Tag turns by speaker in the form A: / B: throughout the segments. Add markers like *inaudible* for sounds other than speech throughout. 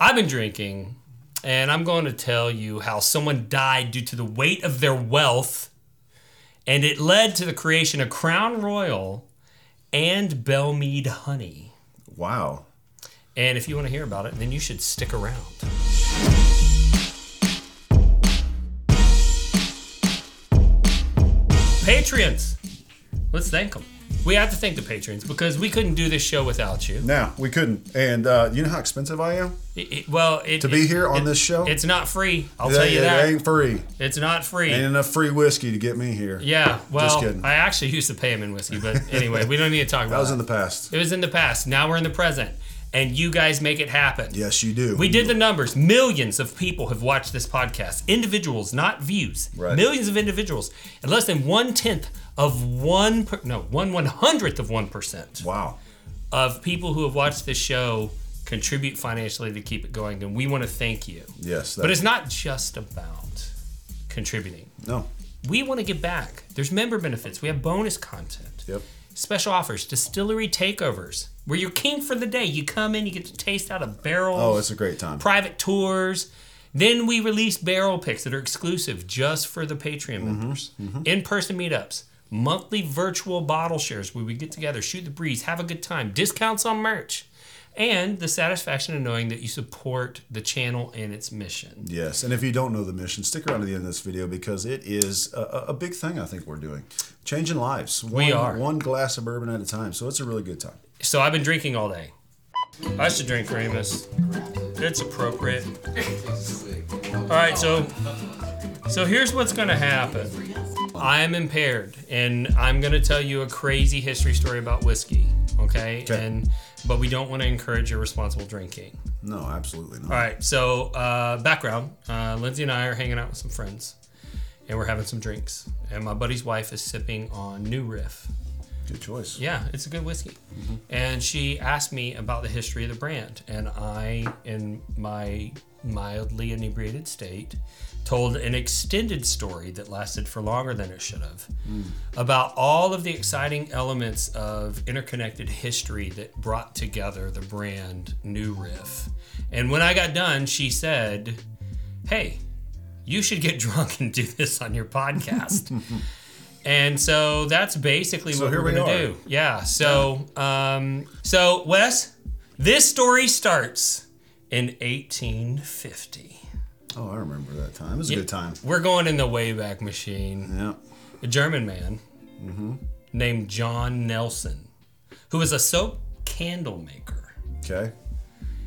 A: I've been drinking, and I'm going to tell you how someone died due to the weight of their wealth, and it led to the creation of Crown Royal and Belmead Honey.
B: Wow.
A: And if you want to hear about it, then you should stick around. Patrons, let's thank them. We have to thank the patrons because we couldn't do this show without you.
B: Now we couldn't, and uh, you know how expensive I am
A: It- it- well, it,
B: to be
A: it-
B: here on
A: it-
B: this show.
A: It's not free. I'll
B: It
A: tell
B: ain't-
A: you
B: It
A: that.
B: ain't free.
A: It's not free.
B: Ain't enough free whiskey to get me here.
A: yeah. Well,
B: kidding.
A: I actually used to pay him in whiskey,
B: *laughs*
A: but anyway, we don't need to talk about
B: That was in
A: that.
B: the past.
A: it was in the past. Now we're in the present, and you guys make it happen.
B: Yes, you do.
A: We did the numbers. Millions of people have watched this podcast. Individuals, not views.
B: Right.
A: Millions of individuals, and less than one tenth of one per, no one one hundredth of one percent
B: Wow.
A: of people who have watched this show contribute financially to keep it going, and we want to thank you.
B: Yes. That,
A: But it's not just about contributing.
B: no.
A: We want to give back. There's member benefits. We have bonus content.
B: Yep.
A: Special offers, distillery takeovers, where you're king for the day. You come in, you get to taste out of barrels
B: Oh, it's a great time.
A: private tours. Then we release barrel picks that are exclusive just for the Patreon
B: Mm-hmm,
A: members. In person meetups, monthly virtual bottle shares where we get together, shoot the breeze, have a good time, discounts on merch, and the satisfaction of knowing that you support the channel and its mission.
B: Yes, and if you don't know the mission, stick around to the end of this video because it is a- a, a big thing I think we're doing. Changing lives. One,
A: We are.
B: One glass of bourbon at a time, so it's a really good time.
A: So I've been drinking all day. I should drink Ramus. It's appropriate. All right, so so here's what's gonna happen. I am impaired, and I'm gonna tell you a crazy history story about whiskey. Okay,
B: Okay.
A: and but we don't want to encourage irresponsible drinking.
B: No, absolutely not.
A: All right, so uh, background: uh, Lindsay and I are hanging out with some friends, and we're having some drinks. And my buddy's wife is sipping on New Riff.
B: Good choice.
A: Yeah, it's a good whiskey. And she asked me about the history of the brand, and I, in my mildly inebriated state, told an extended story that lasted for longer than it should have about all of the exciting elements of interconnected history that brought together the brand New Riff. And when I got done, she said, "Hey, you should get *laughs* drunk and do this on your podcast." and so that's basically what
B: here
A: we're
B: we
A: going to
B: are.
A: do. Yeah. So, um, so Wes, this story starts in 1850.
B: Oh, I remember that time. It was a good time.
A: We're going in the Wayback Machine
B: Yeah.
A: a German man
B: Mm-hmm.
A: named John Nelson, who was a soap candle maker.
B: Okay.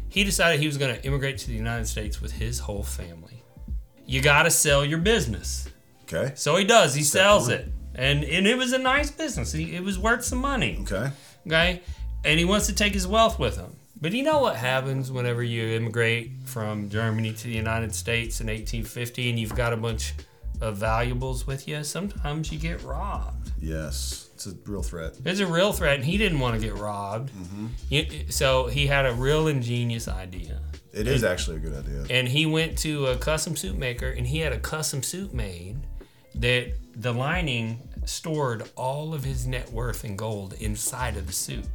A: He decided he was going to immigrate to the United States with his whole family. You got to sell your business.
B: Okay.
A: So he does, he sells
B: one.
A: it. And, and it was a nice business. He, it was worth some money.
B: Okay.
A: Okay. And he wants to take his wealth with him. But you know what happens whenever you immigrate from Germany to the United States in 1850 and you've got a bunch of valuables with you? Sometimes you get robbed.
B: Yes, it's a real threat.
A: It's a real threat, and he didn't want to get robbed. You- so he had a real ingenious idea.
B: It is actually a good idea.
A: And he went to a custom suit maker, and he had a custom suit made that the lining stored all of his net worth in gold inside of the suit.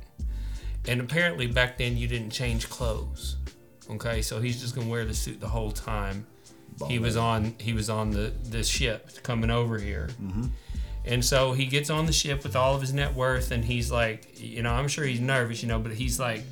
A: And apparently, back then, you didn't change clothes. Okay, so he's just gonna wear the suit the whole time. He was on he was on the the ship coming over here. And so he gets on the ship with all of his net worth, and he's like, you know, I'm sure he's nervous, you know, but he's like,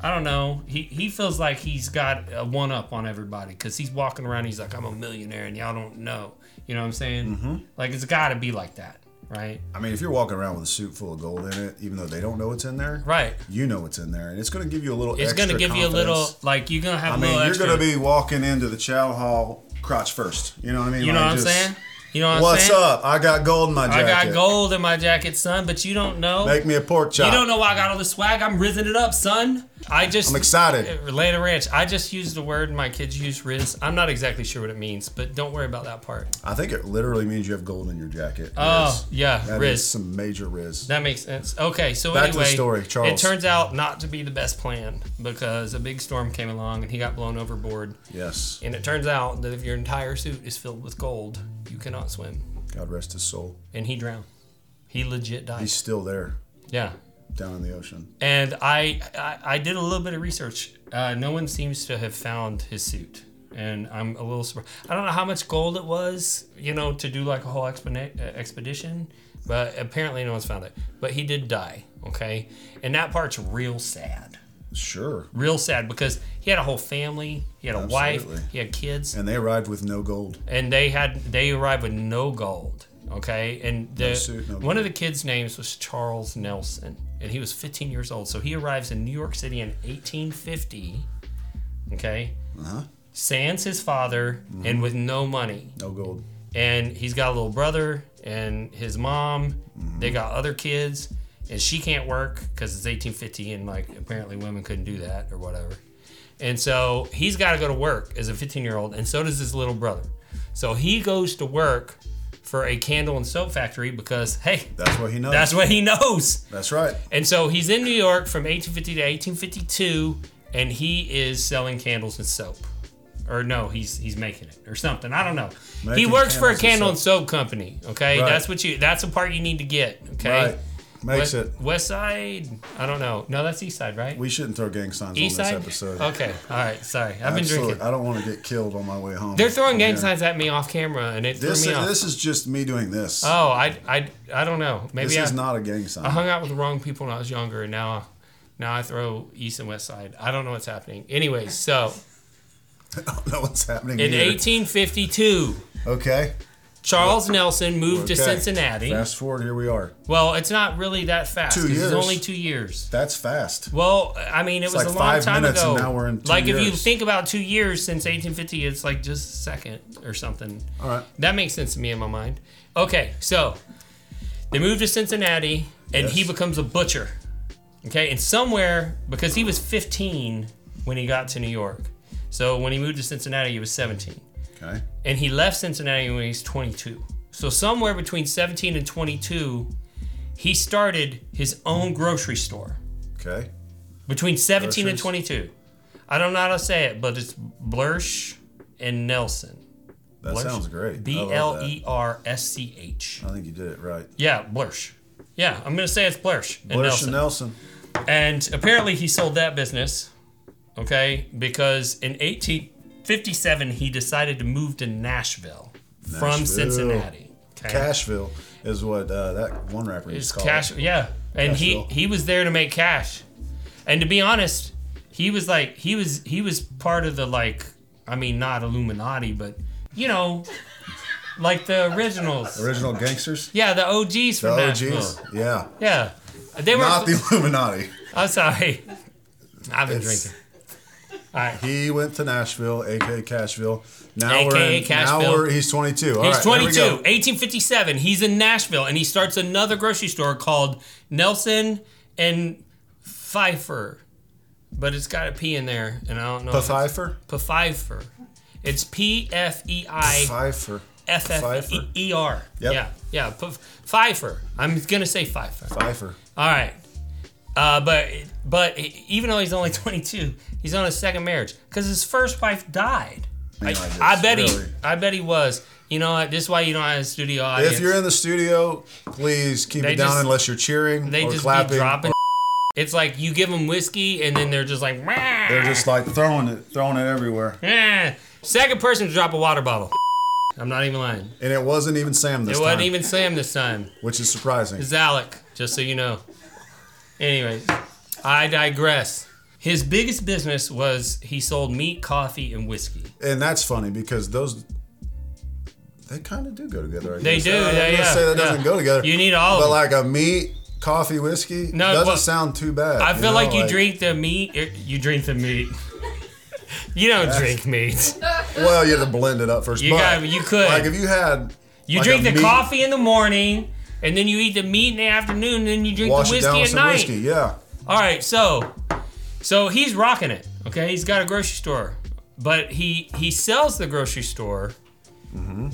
A: I don't know. He he feels like he's got a one up on everybody because he's walking around. He's like, I'm a millionaire, and y'all don't know. You know what I'm saying?
B: Mm-hmm.
A: Like it's got to be like that, right?
B: I mean, if you're walking around with a suit full of gold in it, even though they don't know what's in there,
A: Right.
B: You know what's in there, and it's going to give you a little.
A: It's gonna
B: extra
A: give you a little
B: confidence.
A: like you're gonna have
B: I
A: a
B: mean,
A: little
B: you're
A: extra.
B: going to be walking into the chow hall crotch first. You know what I mean?
A: you know
B: Like,
A: what I'm
B: just,
A: saying? You know what I'm
B: What's
A: saying?
B: up? I got gold in my
A: I
B: jacket.
A: got gold in my jacket, son, but you don't know.
B: Make me a pork chop.
A: you don't know why I got all the swag. I'm rizzing it up, son. I just
B: I'm excited.
A: Atlanta Ranch. I just used the word my kids use Riz. I'm not exactly sure what it means, but don't worry about that part.
B: I think it literally means you have gold in your jacket.
A: Oh,
B: Riz.
A: yeah,
B: That is
A: Riz.
B: some major riz.
A: That makes sense. Okay, so
B: Back to the
A: anyway,
B: story, Charles.
A: it turns out not to be the best plan because a big storm came along and he got blown overboard.
B: yes.
A: And it turns out that if your entire suit is filled with gold, you cannot swim.
B: God rest his soul.
A: And he drowned. He legit died.
B: He's still there,
A: yeah.
B: down in the ocean.
A: And I, I I did a little bit of research Uh, no one seems to have found his suit, and I'm a little surprised. I don't know how much gold it was, you know, to do like a whole expedi- uh, expedition, but apparently no one's found it. But he did die, okay, and that part's real sad,
B: Sure.
A: real sad because he had a whole family, he had a
B: Absolutely.
A: wife, he had kids,
B: And they arrived with no gold.
A: and they had they arrived with no gold. Okay, and the
B: suit, no
A: one of the kids' names was Charles Nelson, and he was 15 years old. So he arrives in New York City in 1850. Okay,
B: Uh-huh. Mm-hmm.
A: sans his father and with no money,
B: No gold.
A: and he's got a little brother and his mom. They got other kids, and she can't work because it's 1850, and like apparently women couldn't do that or whatever. And so he's got to go to work as a 15 year old, and so does his little brother. So he goes to work for a candle and soap factory because hey,
B: That's what he knows.
A: that's what he knows.
B: That's right.
A: And so he's in New York from 1850 to 1852, and he is selling candles and soap. Or no, he's he's making it or something. I don't know. he
B: Making
A: works for a
B: candles and
A: candle and soap, company. Okay,
B: Right.
A: that's what you. That's the part you need to get. Okay.
B: Right. Makes
A: West,
B: it.
A: West Side. I don't know. No, that's East Side, right?
B: We shouldn't throw gang signs
A: East
B: on this
A: Side.
B: episode.
A: Okay. All right. Sorry, I've been
B: Absolutely.
A: drinking.
B: I don't want to get killed on my way home.
A: They're throwing gang
B: Yeah.
A: signs at me off camera, and it
B: This,
A: threw me off.
B: this is just me doing this.
A: oh, Uh-huh. I, I I don't know. Maybe
B: this
A: I,
B: is not a gang sign.
A: I hung out with the wrong people when I was younger, and now, now I throw East and West Side. I don't know what's happening. Anyways, so
B: *laughs* I don't know what's happening
A: in
B: here.
A: 1852,
B: Okay.
A: Charles Nelson moved to
B: Okay.
A: Cincinnati.
B: Fast forward, here we are.
A: Well, it's not really that fast.
B: Two
A: 'cause
B: years.
A: It's only two years.
B: That's fast.
A: Well, I mean, it was
B: like
A: a long
B: five
A: time
B: minutes,
A: ago.
B: and now we're in two
A: like if you
B: years.
A: think about two years since 1850, it's like just a second or something.
B: All right.
A: That makes sense to me in my mind. Okay, so they move to Cincinnati, and he
B: Yes.
A: becomes a butcher. Okay, and somewhere because he was 15 when he got to New York, so when he moved to Cincinnati, he was 17,
B: Okay.
A: and he left Cincinnati when he was 22. So somewhere between 17 and 22, he started his own grocery store
B: Okay.
A: between 17 and
B: Blurshers?
A: 22. I don't know how to say it, but it's Blursch and Nelson.
B: That
A: Blursh.
B: sounds great. I love
A: B
B: that.
A: L E R S C H.
B: I think you did it right.
A: Yeah, Blursch. Yeah, I'm gonna say it's Blursch and
B: Blursh
A: Nelson.
B: and Nelson.
A: And apparently he sold that business, okay, because in 1857 he decided to move to Nashville, from
B: Nashville.
A: Cincinnati. Okay.
B: Cashville is what uh, that one rapper
A: It's
B: is called.
A: cash, yeah. And he
B: Cashville.
A: he was there to make cash. And to be honest, he was like he was he was part of the like I mean not Illuminati, but you know, like the originals.
B: Original gangsters.
A: Yeah, the OGs from
B: Oh,
A: Nashville.
B: jeez. Yeah.
A: Yeah, they were.
B: Not the
A: *laughs*
B: Illuminati.
A: I'm sorry. I've been
B: It's-
A: drinking. All right.
B: He went to Nashville, aka Cashville. Now we're
A: AKA
B: in, Now
A: Cashville.
B: we're, he's 22. All
A: He's
B: right, there we
A: 22,
B: go.
A: 1857. He's in Nashville, and he starts another grocery store called Nelson and Pfeiffer, but it's got a P in there, and I don't know. if it's-
B: Pfeiffer.
A: Pfeiffer. It's P F E I
B: Pfeiffer.
A: F F
B: Pfeiffer.
A: E R.
B: Yep.
A: Yeah, yeah. Pf- Pfeiffer. I'm gonna say Pfeiffer.
B: Pfeiffer.
A: All right. Uh, but but even though he's only *laughs* 22, he's on his second marriage because his first wife died. I,
B: I just-
A: I bet he
B: really.
A: I bet he was. You know what? This is why you don't have a studio audience.
B: If you're in the studio, please keep
A: They
B: it down
A: just-
B: unless you're cheering
A: they
B: or
A: just
B: clapping.
A: be dropping. *laughs* It's like you give them whiskey and then they're just like. *laughs*
B: They're just like throwing it, throwing it everywhere.
A: "Eh." Second person to drop a water bottle. *laughs* I'm not even lying.
B: And it wasn't even Sam this
A: It wasn't
B: time,
A: even Sam this time.
B: which is surprising.
A: It's Alec, just so you know. Anyways, I digress. His biggest business was he sold meat, coffee, and whiskey.
B: And that's funny because those they kind of do go together. I
A: They
B: guess.
A: do,
B: I'm
A: yeah,
B: gonna
A: yeah,
B: say that
A: yeah.
B: doesn't go together.
A: You need all
B: But
A: of
B: like a meat, coffee, whiskey
A: No,
B: doesn't
A: well,
B: sound too bad.
A: I feel
B: know,
A: like you drink the meat. er, You drink the meat. *laughs* You don't drink meat.
B: Well, you have to blend it up first.
A: You
B: but,
A: got. You could.
B: like if you had
A: you
B: like
A: drink
B: a
A: the
B: meat-
A: coffee in the morning, and then you eat the meat in the afternoon, and then you drink
B: wash
A: the
B: it down
A: whiskey
B: with
A: at
B: some
A: night.
B: whiskey, yeah.
A: All right, so so he's rocking it. Okay, he's got a grocery store, but he he sells the grocery store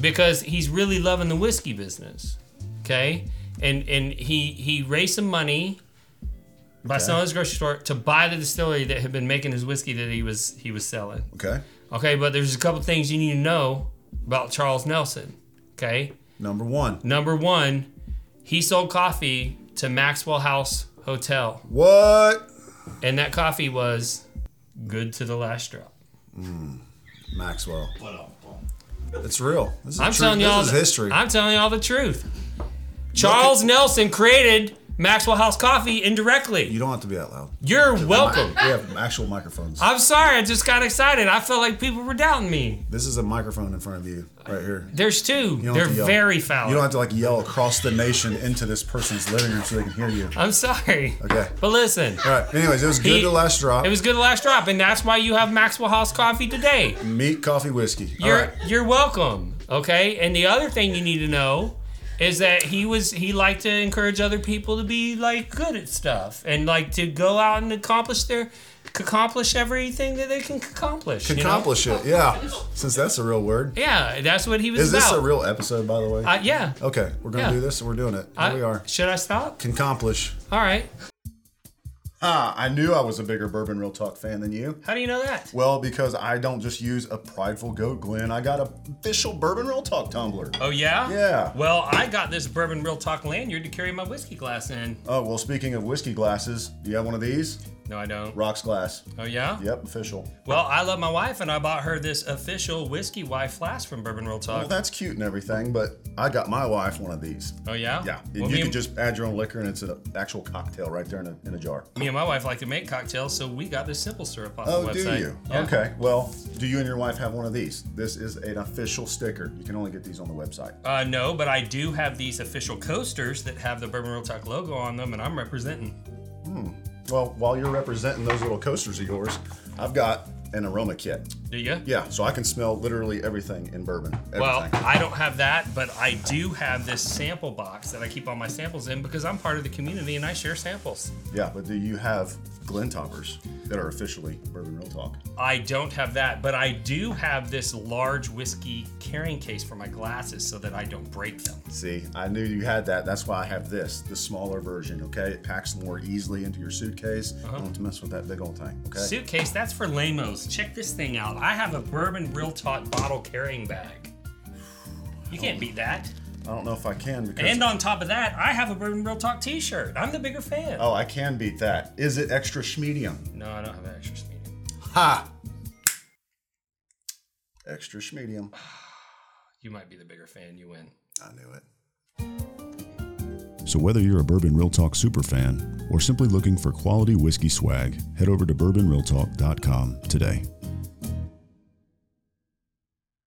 A: because he's really loving the whiskey business. Okay, and and he he raised some money by
B: Okay.
A: selling his grocery store to buy the distillery that had been making his whiskey that he was he was selling.
B: Okay.
A: Okay, but there's a couple things you need to know about Charles Nelson. Okay,
B: Number one.
A: number one, he sold coffee to Maxwell House Hotel
B: What?
A: and that coffee was good to the last drop.
B: Maxwell. It's real. This is
A: I'm
B: true-
A: telling y'all
B: This is
A: the-
B: history.
A: I'm telling y'all the truth. Charles Nelson created Maxwell House Coffee indirectly.
B: you don't have to be out loud.
A: You're welcome.
B: We have actual microphones.
A: I'm sorry, I just got excited. I felt like people were doubting me.
B: This is a microphone in front of you, right here.
A: There's two.
B: You don't
A: They're
B: have to yell.
A: very foul.
B: You don't have to like yell across the nation into this person's living room so they can hear you.
A: I'm sorry.
B: Okay.
A: But listen,
B: All right. Anyways, it was good
A: He-
B: to last drop.
A: it was good to last drop, and that's why you have Maxwell House coffee today.
B: meat, coffee, whiskey. All
A: You're
B: right.
A: you're welcome. Okay. And the other thing you need to know is that he was he liked to encourage other people to be like good at stuff and like to go out and accomplish their accomplish everything that they can accomplish. you know?
B: Accomplish it. Yeah. Since that's a real word.
A: Yeah, that's what he was
B: Is
A: about.
B: this a real episode, by the way?
A: Uh, yeah.
B: okay. We're going to
A: yeah.
B: do this and we're doing it. Here
A: I-
B: we are.
A: Should I stop?
B: Can accomplish.
A: All right.
B: Ah, I knew I was a bigger Bourbon Real Talk fan than you.
A: How do you know that?
B: Well, because I don't just use a prideful goat, Glenn. I got a official Bourbon Real Talk tumbler.
A: Oh yeah.
B: Yeah.
A: Well, I got this bourbon real talk lanyard to carry my whiskey glass in.
B: Oh, well, speaking of whiskey glasses, do you have one of these?
A: No, I don't.
B: Rocks glass.
A: Oh yeah.
B: Yep, official.
A: Well, I love my wife, and I bought her this official whiskey wife flask from Bourbon Real Talk.
B: Well, that's cute and everything, but I got my wife one of these.
A: Oh yeah.
B: Yeah, and
A: Well,
B: you
A: me,
B: can just add your own liquor, and it's an actual cocktail right there in a, in a jar.
A: me and my wife like to make cocktails, so we got this simple syrup off
B: Oh,
A: the website.
B: do you?
A: Yeah.
B: Okay. Well, do you and your wife have one of these? This is an official sticker. You can only get these on the website.
A: Uh, no, but I do have these official coasters that have the Bourbon Real Talk logo on them, and I'm representing.
B: Well, while you're representing those little coasters of yours, I've got an aroma kit.
A: Do you?
B: Yeah, so I can smell literally everything in bourbon. Everything.
A: Well, I don't have that, but I do have this sample box that I keep all my samples in because I'm part of the community and I share samples.
B: yeah, but do you have Glen Toppers that are officially Bourbon Real Talk?
A: I don't have that, but I do have this large whiskey carrying case for my glasses so that I don't break them.
B: See, I knew you had that. That's why I have this, the smaller version, okay? It packs more easily into your suitcase. Don't have to mess with that big old thing, okay?
A: Suitcase, that's for lamos. Check this thing out. I have a bourbon real talk bottle carrying bag. You can't beat that.
B: I don't know if I can because.
A: And on top of that, I have a bourbon real talk T-shirt. I'm the bigger fan.
B: oh, I can beat that. Is it extra schmedium?
A: No, I don't have an extra medium.
B: Ha! Extra schmedium.
A: You might be the bigger fan. You win.
B: I knew it. So, whether you're a Bourbon Real Talk superfan or simply looking for quality whiskey swag, head over to bourbonrealtalk.com today.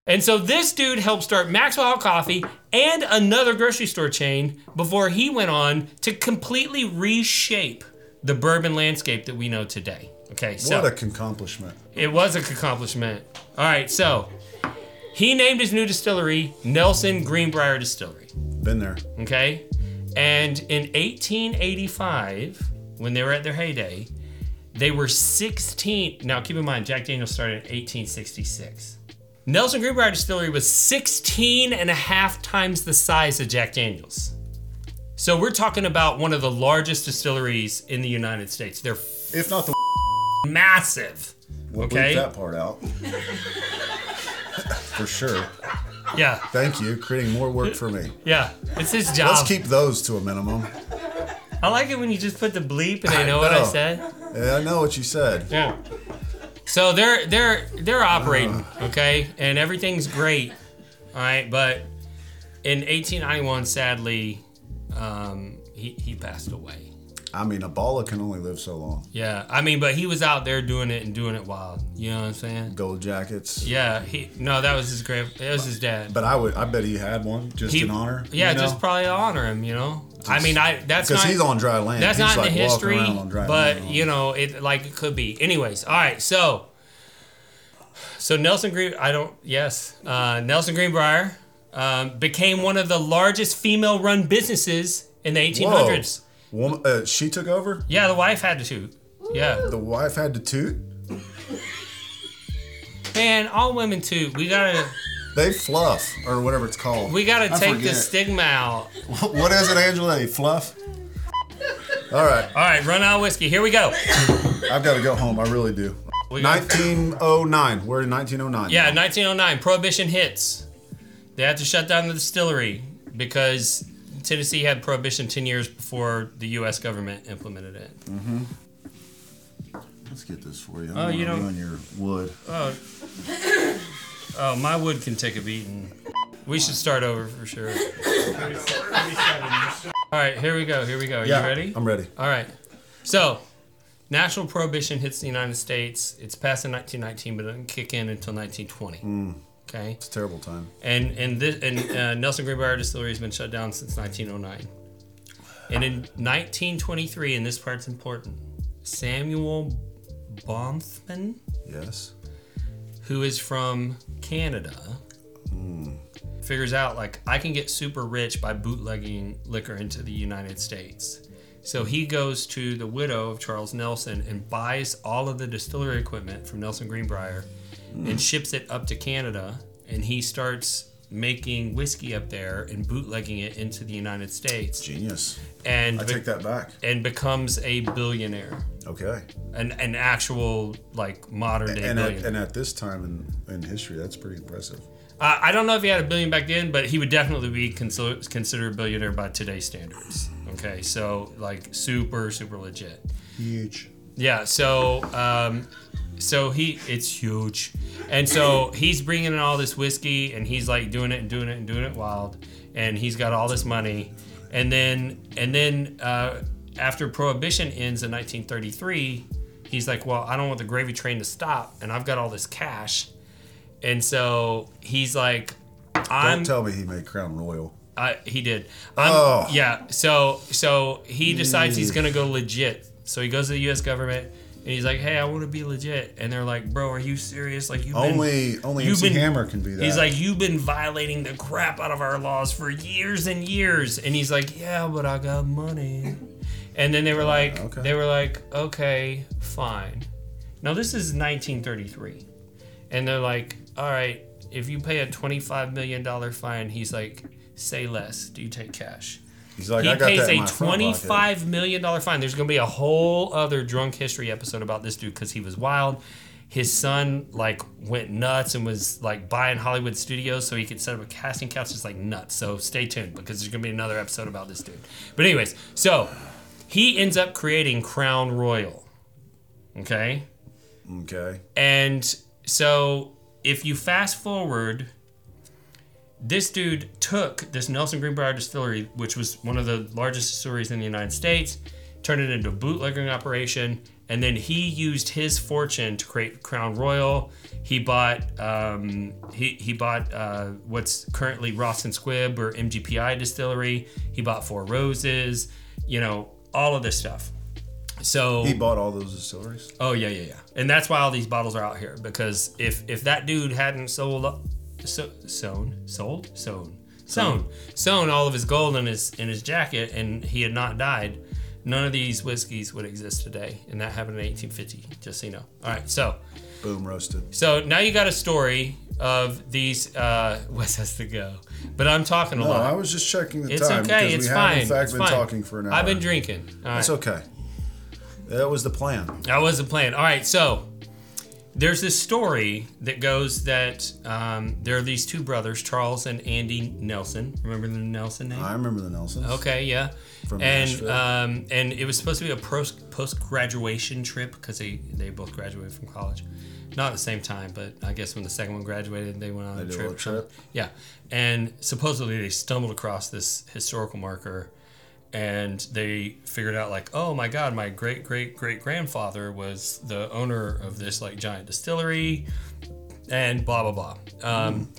A: And so this dude helped start Maxwell Coffee and another grocery store chain before he went on to completely reshape the bourbon landscape that we know today. Okay, so
B: What a accomplishment.
A: it was an accomplishment. All right, so he named his new distillery Nelson Greenbrier Distillery.
B: Been there.
A: Okay, and in 1885, when they were at their heyday, they were 16. Now keep in mind, Jack Daniels started in 1866. Nelson Greenbrier Distillery was 16 and a half times the size of Jack Daniels. So we're talking about one of the largest distilleries in the United States. They're f-
B: If not the.
A: massive.
B: We'll bleep
A: Okay.
B: that
A: *laughs*
B: part out. for sure.
A: Yeah,
B: Thank you. Creating more work
A: *laughs*
B: for me.
A: yeah. It's his job.
B: Let's keep those to a minimum.
A: I like it when you just put the bleep and they know, what
B: know.
A: I said.
B: Yeah, I know what you said.
A: Yeah. So they're they're they're operating, okay, and everything's great, all right. But in 1891, sadly, um, he he passed away.
B: I mean, a baller can only live so long.
A: Yeah, I mean, but he was out there doing it and doing it wild. You know what I'm saying?
B: Gold jackets.
A: Yeah. He no, that was his grand. That was his dad.
B: But I would, I bet he had one just
A: He-
B: in honor.
A: Yeah,
B: you know?
A: just probably to honor him. You know. I mean, I that's
B: because
A: not
B: he's on dry land.
A: That's
B: he's
A: not
B: like
A: in the
B: walking
A: history,
B: around on dry
A: but
B: land.
A: you know, it like it could be. Anyways, all right. So, so Nelson Green, I don't. Yes, uh, Nelson Greenbrier um, became one of the largest female-run businesses in the 1800s.
B: Woman, uh, she took over.
A: Yeah, the wife had to shoot. Yeah,
B: The wife had to toot.
A: man, all women too. We gotta,
B: They fluff or whatever it's called.
A: we gotta
B: I
A: take the
B: forget.
A: stigma out.
B: *laughs* what is it, Angela?
A: *laughs*
B: They fluff. All right,
A: All right, run out of whiskey. Here we go.
B: I've got to go home. I really do.
A: We got-
B: 1909. We're in 1909.
A: Yeah, 1909, Prohibition hits. They had to shut down the distillery because Tennessee had Prohibition 10 years before the U.S. government implemented it.
B: Let's get this for you. I'm
A: Oh,
B: gonna
A: you don't-
B: ruin your wood.
A: Oh, my wood can take a beating. We should start over for sure. All right, here we go. Here we go. Are you ready?
B: I'm ready.
A: All right. So, national prohibition hits the United States. It's passed in 1919, but it doesn't kick in until 1920. Okay.
B: It's a terrible time.
A: And and this and uh, Nelson Greenbrier Distillery has been shut down since 1909. And in 1923, and this part's important, Samuel Bonfman,
B: Yes.
A: who is from Canada, figures out like I can get super rich by bootlegging liquor into the United States. So he goes to the widow of Charles Nelson and buys all of the distillery equipment from Nelson Greenbrier and ships it up to Canada and he starts making whiskey up there and bootlegging it into the United States
B: Genius.
A: and
B: I
A: be-
B: take that back.
A: and becomes a billionaire.
B: Okay.
A: An, an actual like modern day
B: And at,
A: billionaire.
B: and at this time in, in history, that's pretty impressive.
A: Uh, I don't know if he had a billion back then, but he would definitely be consider- considered a billionaire by today's standards. Okay, so like super, super legit.
B: Huge.
A: Yeah, so um, so he it's huge, and so he's bringing in all this whiskey, and he's like doing it and doing it and doing it wild, and he's got all this money, and then and then uh, after prohibition ends in 1933, he's like, well, I don't want the gravy train to stop, and I've got all this cash, and so he's like, I'm
B: Don't tell me he made Crown Royal.
A: I, he did. I'm,
B: Oh.
A: Yeah. So so he decides he's gonna go legit. So he goes to the U.S. government and he's like, "Hey, I want to be legit." And they're like, "Bro, are you serious? Like you've been."
B: Only only
A: you've
B: MC
A: been-
B: Hammer can be that.
A: He's like, "You've been violating the crap out of our laws for years and years." And he's like, "Yeah, but I got money." And then they were like,
B: Ah, okay.
A: they were like, "Okay, fine." Now this is 1933, and they're like, "All right, if you pay a 25 million dollar fine," he's like, "Say less. Do you take cash?"
B: He's like,
A: he
B: I got
A: pays
B: that in
A: a
B: my front pocket."
A: twenty-five million dollar fine. There's going to be a whole other drunk history episode about this dude because he was wild. His son like went nuts and was like buying Hollywood studios so he could set up a casting couch. It's like nuts. So stay tuned because there's going to be another episode about this dude. But anyways, so he ends up creating Crown Royal. Okay.
B: Okay.
A: And so if you fast forward, this dude took this Nelson Greenbrier distillery, which was one of the largest distilleries in the United States, turned it into a bootlegging operation, and then he used his fortune to create Crown Royal. He bought um, he, he bought uh, what's currently Ross and Squibb or MGPI distillery. He bought Four Roses, you know, all of this stuff. So
B: He bought all those distilleries.
A: Oh yeah, yeah, yeah. And that's why all these bottles are out here because if if that dude hadn't sold, up- so, sewn, sold, sewn, sewn, sewn all of his gold in his in his jacket, and he had not died, none of these whiskeys would exist today. And that happened in 1850. Just so you know. All right, so
B: Boom, roasted.
A: so now you got a story of these. Uh, *laughs* Wes has to go, but I'm talking a
B: No, Oh, I
A: lot.
B: was just checking the
A: It's
B: time
A: okay.
B: because
A: It's
B: we
A: fine.
B: have in fact
A: it's
B: been
A: fine.
B: talking for an hour.
A: I've been drinking. All right.
B: It's okay. That was the plan.
A: That was the plan. All right, so there's this story that goes that um, there are these two brothers, Charles and Andy Nelson. Remember the Nelson name?
B: I remember the Nelsons.
A: Okay, yeah.
B: From
A: and
B: Nashville.
A: um, and it was supposed to be a post graduation trip because they, they both graduated from college, not at the same time, but I guess when the second one graduated, they went on a
B: did a
A: trip.
B: little trip.
A: Yeah, and supposedly they stumbled across this historical marker, and they figured out like, oh my god, my great great great grandfather was the owner of this like giant distillery, and blah blah blah. Um,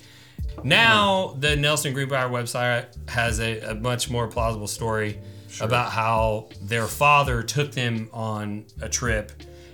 A: Now the Nelson Greenbrier website has a, a much more plausible story about how their father took them on a trip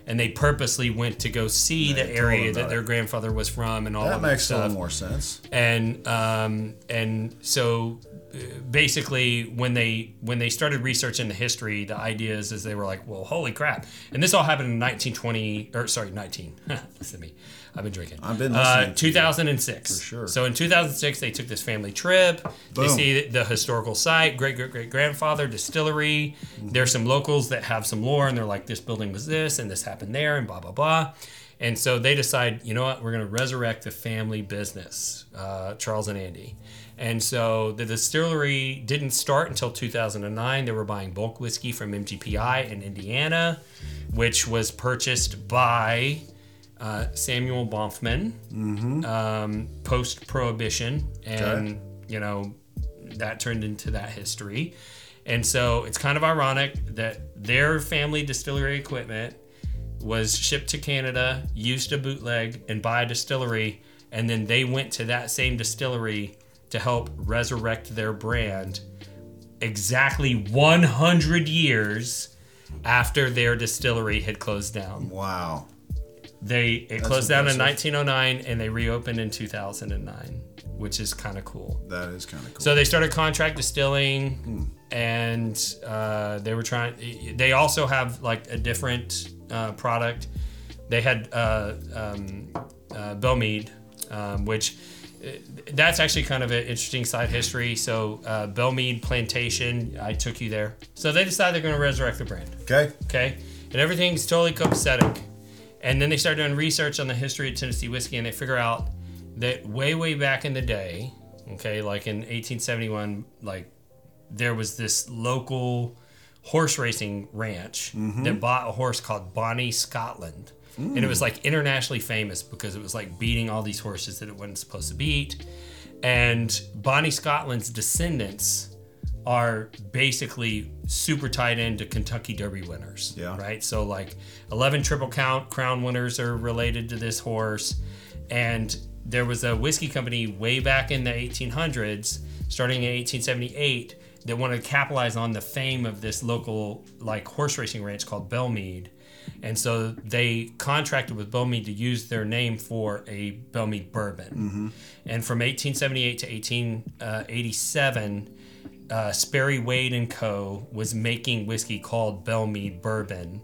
A: and they purposely went to go see the
B: told
A: area
B: them
A: that
B: about
A: their grandfather was from and all
B: That
A: of
B: makes a
A: stuff
B: little more sense.
A: and um, and so uh, basically when they when they started researching the history the idea is, is they were like well holy crap and this all happened in 1920 or sorry 19 *laughs* listen to me i've been drinking
B: I've been
A: uh,
B: listening to you.
A: 2006
B: For sure.
A: so in 2006 they took this family trip they
B: Boom.
A: see the historical site great great great grandfather distillery there's some locals that have some lore and they're like this building was this and this happened there and blah blah blah And so they decide, you know what, we're going to resurrect the family business, uh, Charles and Andy. And so the distillery didn't start until 2009. They were buying bulk whiskey from MGPI in Indiana, which was purchased by uh, Samuel Bonfman um, post Prohibition. And,
B: Okay.
A: you know, that turned into that history. And so it's kind of ironic that their family distillery equipment was shipped to Canada, used to bootleg and buy a distillery, and then they went to that same distillery to help resurrect their brand exactly 100 years after their distillery had closed down.
B: Wow.
A: They it closed down in
B: impressive.
A: 1909 and they reopened in 2009, which is kind of cool.
B: That is kind of cool.
A: So they started contract distilling, and uh, they were trying. They also have like a different uh, product. They had uh, um, uh, Bellmead, um, which uh, that's actually kind of an interesting side history. So uh, Bellmead Plantation, I took you there. So they decide they're going to resurrect the brand
B: okay.
A: okay? And everything's totally copacetic. And then they start doing research on the history of Tennessee whiskey, and they figure out that way, way back in the day, okay, like in 1871, like there was this local horse racing ranch that bought a horse called Bonnie Scotland. And it was like internationally famous because it was like beating all these horses that it wasn't supposed to beat. And Bonnie Scotland's descendants are basically super tied into Kentucky Derby winners.
B: Yeah.
A: Right. So like 11 triple count crown winners are related to this horse. And there was a whiskey company way back in the 1800s, starting in 1878, that wanted to capitalize on the fame of this local like horse racing ranch called Bellmead. And so they contracted with Bellmead to use their name for a Bellmead bourbon. And from 1878 to 1887, uh, Sperry Wade and Co. was making whiskey called Bellmead Bourbon,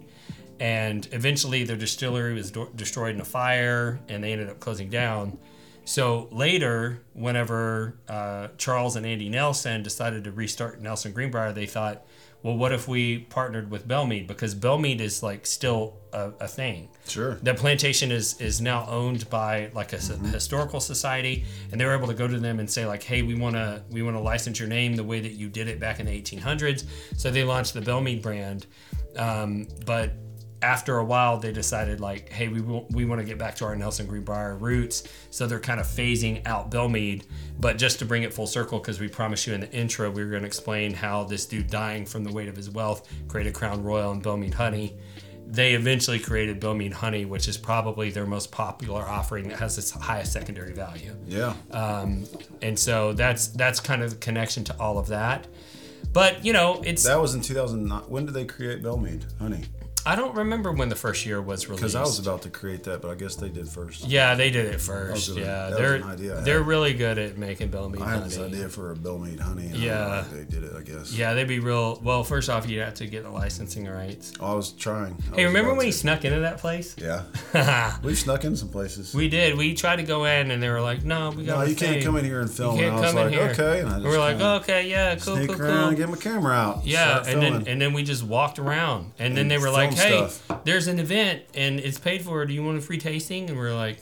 A: and eventually their distillery was do- destroyed in a fire, and they ended up closing down. So later, whenever uh, Charles and Andy Nelson decided to restart Nelson Greenbrier, they thought, well, what if we partnered with Bellmead because Bellmead is like still a, a thing.
B: Sure.
A: The plantation is is now owned by like a s- historical society, and they were able to go to them and say like, "Hey, we want to we want to license your name the way that you did it back in the 1800s." So they launched the Bellmead brand, um, but after a while they decided like, "Hey, we wa- we want to get back to our Nelson Greenbrier roots." So they're kind of phasing out Bellmead, but just to bring it full circle, because we promised you in the intro we were going to explain how this dude dying from the weight of his wealth created Crown Royal and Bellmead Honey they eventually created Billmead Honey, which is probably their most popular offering that has its highest secondary value.
B: Yeah.
A: Uh, And so that's that's kind of the connection to all of that. But you know, it's
B: that was in 2009. When did they create Bellmead, honey?
A: I don't remember when the first year was released.
B: Because I was about to create that, but I guess they did first.
A: yeah, they did it first.
B: good.
A: yeah,
B: That was
A: they're
B: an idea I had.
A: they're really good at making Bellmead
B: I had this
A: Honey.
B: idea for a Bellmead, honey. and I don't know
A: Yeah.
B: why They did it, I guess.
A: Yeah, they'd be real. Well, first off, you'd have to get the licensing rights.
B: Oh, I was trying. I
A: Hey,
B: was
A: remember
B: about
A: when we
B: to.
A: snuck into that place? *laughs*
B: Yeah. We've snuck in some places.
A: We did. We tried to go in, and they were like, "No, we got
B: no,
A: a
B: you can't
A: thing.
B: come in here and film.
A: can't
B: and I was
A: come in
B: like,
A: here.
B: okay. And I just
A: We were like,
B: kinda
A: "Okay, yeah, cool,
B: sneak
A: cool,
B: around
A: cool."
B: and get my camera out.
A: Yeah,
B: start
A: and then
B: filming.
A: and then we just walked around, and then
B: And
A: they were like,
B: film
A: "Hey,
B: stuff.
A: there's an event, and it's paid for. Do you want a free tasting?" And we are like,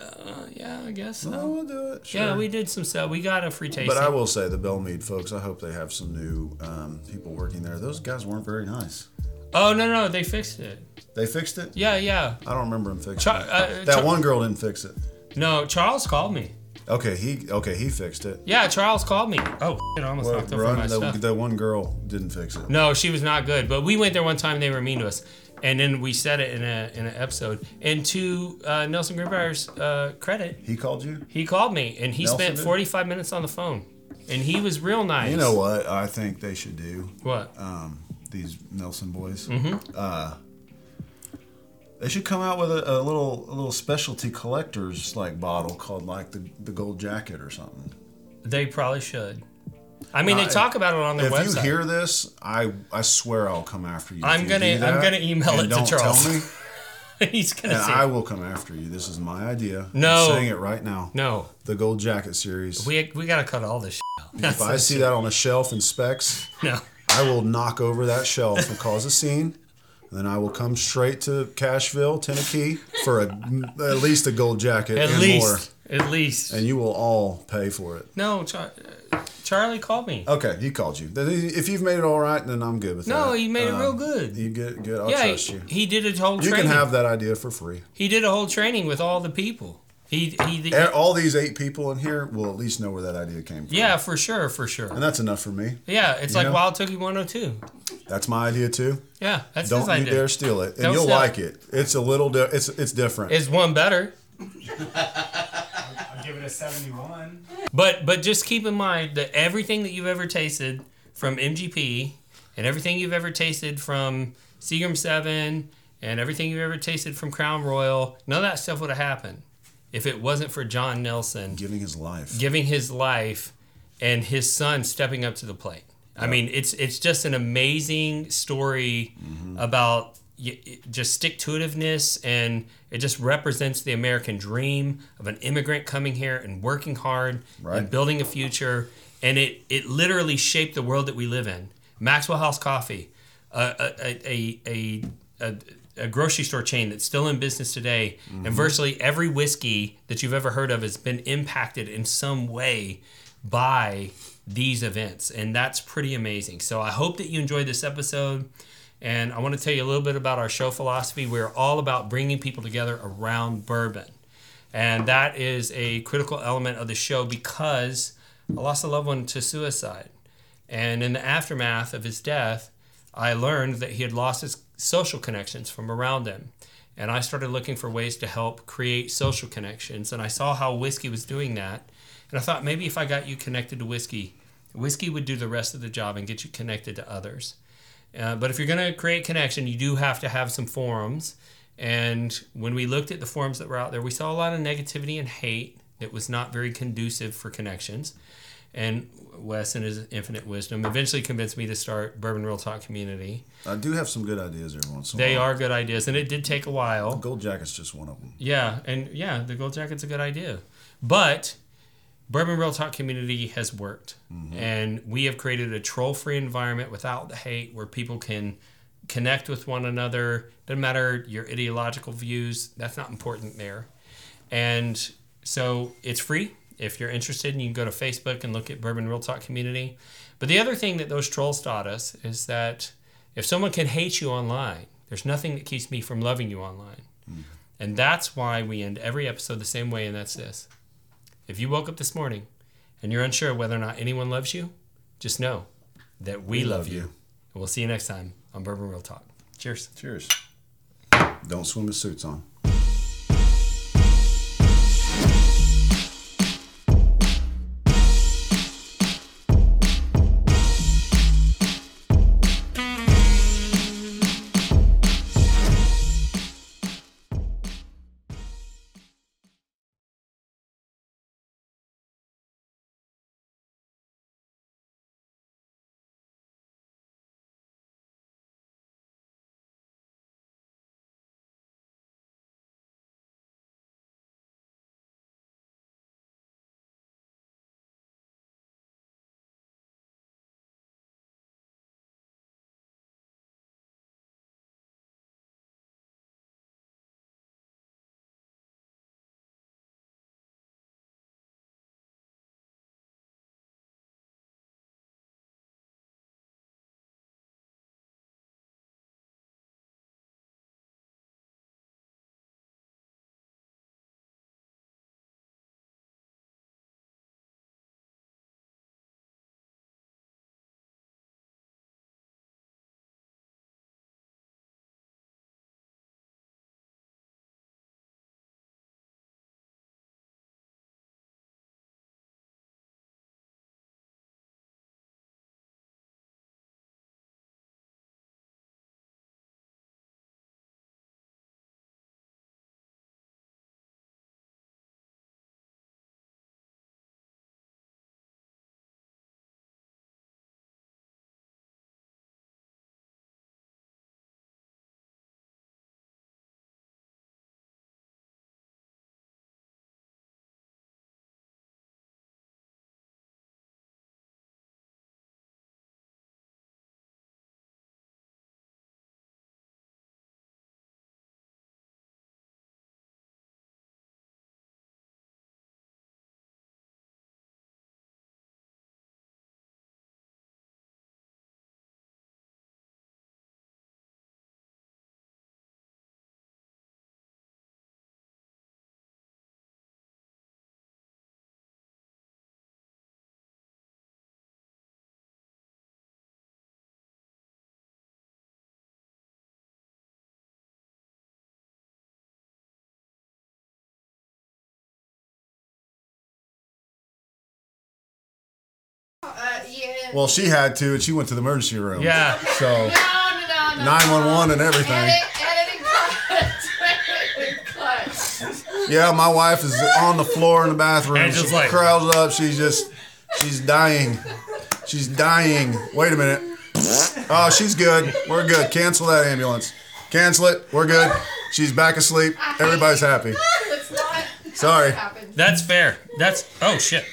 A: uh, "Yeah, I guess so."
B: oh, we'll do it. Sure.
A: Yeah, we did some stuff. We got a free tasting.
B: But I will say the Bellmead folks. I hope they have some new um, people working there. Those guys weren't very nice.
A: oh no, no, they fixed it.
B: They fixed it.
A: Yeah, yeah.
B: I don't remember him fixing
A: Char-
B: it.
A: uh,
B: that
A: Char-
B: one girl didn't fix it.
A: No, Charles called me.
B: Okay, he okay he fixed it.
A: Yeah, Charles called me. Oh, *laughs* shit, I almost
B: Well,
A: knocked over my
B: Run, the,
A: stuff.
B: the one girl didn't fix it.
A: No, she was not good. But we went there one time. They were mean to us, and then we said it in a in an episode. And to uh, Nelson Greenbrier's uh, credit,
B: He called you.
A: He called me and he
B: Nelson
A: spent
B: did?
A: 45 minutes on the phone. And he was real nice.
B: You know what I think they should do?
A: what?
B: Um, these Nelson boys. Uh,
A: Mm-hmm.
B: they should come out with a, a little a little specialty collectors like bottle called like the the gold jacket or something.
A: they probably should. I mean,
B: Nah,
A: they
B: if-
A: talk about it on their
B: if
A: website.
B: you hear this, I I swear I'll come after you. if
A: I'm
B: you
A: gonna-
B: do that,
A: I'm gonna email
B: and
A: it to
B: don't
A: Charles. *laughs*
B: Tell me,
A: *laughs* He's going to
B: and
A: say,
B: I will come after you. This is my idea.
A: No.
B: I'm saying it right now.
A: no,
B: The Gold Jacket series.
A: we, we got to cut all this *laughs* shit out.
B: if I see that on a shelf in specs,
A: No.
B: I will knock over that shelf and cause a scene. Then I will come straight to Cashville, Tennessee, for a, at least a gold jacket
A: At
B: and more.
A: least. At least.
B: And you will all pay for it.
A: no, Char- uh, Charlie called me.
B: Okay, he called you. Then If you've made it all right, then I'm good with that.
A: no, he made it
B: Um,
A: real good.
B: You get good. I'll
A: yeah,
B: trust
A: he,
B: you.
A: he did a whole
B: You
A: training.
B: can have that idea for free.
A: he did a whole training with all the people. He he.
B: A- All these eight people in here will at least know where that idea came from.
A: yeah, for sure, for sure.
B: And that's enough for me.
A: Yeah, it's
B: You
A: like
B: know?
A: Wild Turkey 102.
B: That's my idea too.
A: Yeah, that's
B: Don't
A: his
B: you
A: idea.
B: dare steal it, and
A: Don't
B: you'll
A: steal
B: like it. It's a little, di- it's it's different.
A: It's one better.
C: I'll give it a 71.
A: But but just keep in mind that everything that you've ever tasted from MGP and everything you've ever tasted from Seagram Seven and everything you've ever tasted from Crown Royal, none of that stuff would have happened if it wasn't for John Nelson
B: giving his life.
A: giving his life and his son stepping up to the plate. I mean, it's it's just an amazing story about y- y- just stick to itiveness, and it just represents the American dream of an immigrant coming here and working hard and
B: Right.
A: building a future. And it, it literally shaped the world that we live in. Maxwell House Coffee, a, a, a, a, a, a grocery store chain that's still in business today, and virtually every whiskey that you've ever heard of has been impacted in some way by these events. And that's pretty amazing. So I hope that you enjoyed this episode. And I want to tell you a little bit about our show philosophy. We're all about bringing people together around bourbon. And that is a critical element of the show because I lost a loved one to suicide. And in the aftermath of his death, I learned that he had lost his social connections from around him. And I started looking for ways to help create social connections. And I saw how whiskey was doing that. And I thought maybe if I got you connected to whiskey, whiskey would do the rest of the job and get you connected to others. Uh, but if you're going to create connection, you do have to have some forums. And when we looked at the forums that were out there, we saw a lot of negativity and hate that was not very conducive for connections. And Wes, in his infinite wisdom, eventually convinced me to start Bourbon Real Talk Community.
B: I do have some good ideas every once in a
A: They
B: while.
A: are good ideas, and it did take a while.
B: Gold jacket's just one of them.
A: Yeah, and yeah, the gold jacket's a good idea. But Bourbon Real Talk community has worked. And we have created a troll free environment without the hate where people can connect with one another. Doesn't matter your ideological views, that's not important there. And so it's free. If you're interested, you can go to Facebook and look at Bourbon Real Talk community. But the other thing that those trolls taught us is that if someone can hate you online, there's nothing that keeps me from loving you online. And that's why we end every episode the same way, and that's this. If you woke up this morning and you're unsure whether or not anyone loves you, just know that we, love,
B: love
A: you.
B: you.
A: And we'll see you next time on Bourbon Real Talk. Cheers.
B: Cheers. Don't swim with suits on.
C: Yes.
B: Well, she had to, and she went to the emergency room.
A: Yeah.
B: So
C: no, no, no, no.
B: 911 and everything.
C: Edit, editing *laughs* cut. Editing cut.
B: Yeah, my wife is on the floor in the bathroom.
A: And just
B: she
A: like-
B: curls up. She's just, she's dying. She's dying. Wait a minute. Oh, she's good. We're good. Cancel that ambulance. Cancel it. We're good. She's back asleep. Everybody's happy.
C: Let's not.
B: Sorry.
C: Happen.
A: That's fair. That's oh shit.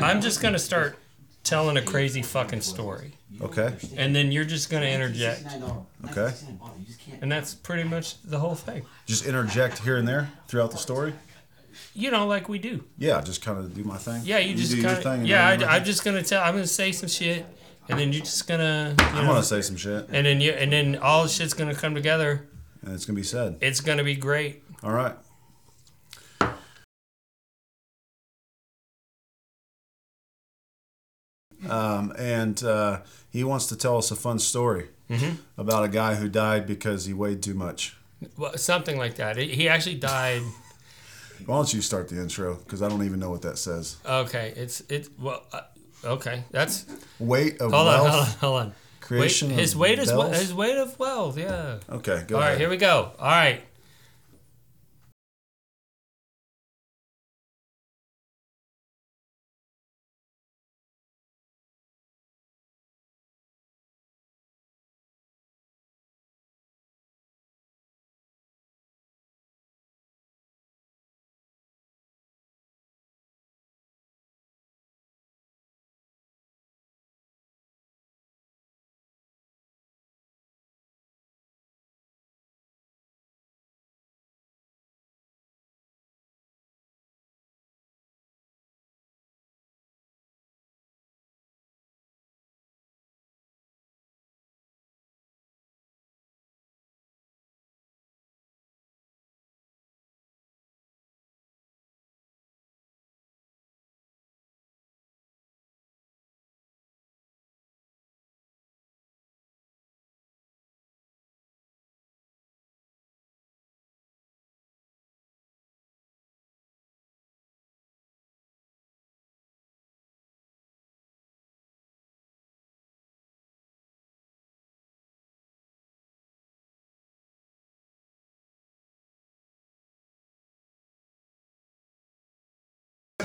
A: I'm just gonna start telling a crazy fucking story,
B: Okay.
A: and then you're just gonna interject,
B: Okay.
A: and that's pretty much the whole thing.
B: Just interject here and there throughout the story.
A: You know, like we do.
B: Yeah, just kind of do my thing.
A: Yeah, you just
B: do your
A: kind
B: thing
A: of.
B: and
A: Yeah,
B: then
A: I, I'm just gonna tell. I'm gonna say some shit, and then you're just gonna. You
B: I'm
A: know,
B: gonna say some shit,
A: and then you and then all the shit's gonna come together.
B: and it's gonna be said.
A: It's gonna be great.
B: All right. Um, and uh, he wants to tell us a fun story
A: Mm-hmm.
B: about a guy who died because he weighed too much.
A: Well, something like that. He- He actually died.
B: Why don't you start the intro? Because I don't even know what that says.
A: Okay, it's it. Well, uh, okay, that's
B: Weight of
A: hold on,
B: wealth.
A: hold on, hold on.
B: Creation
A: Wait,
B: of
A: his weight is we-
B: wealth?
A: his weight of wealth. Yeah.
B: Okay, go
A: All right,
B: ahead.
A: here we go. All right.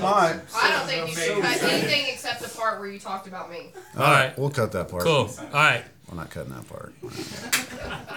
C: I don't think you should cut anything except the part where you talked about me.
A: All right.
B: We'll cut that part.
A: Cool. All right.
B: We're not cutting that part.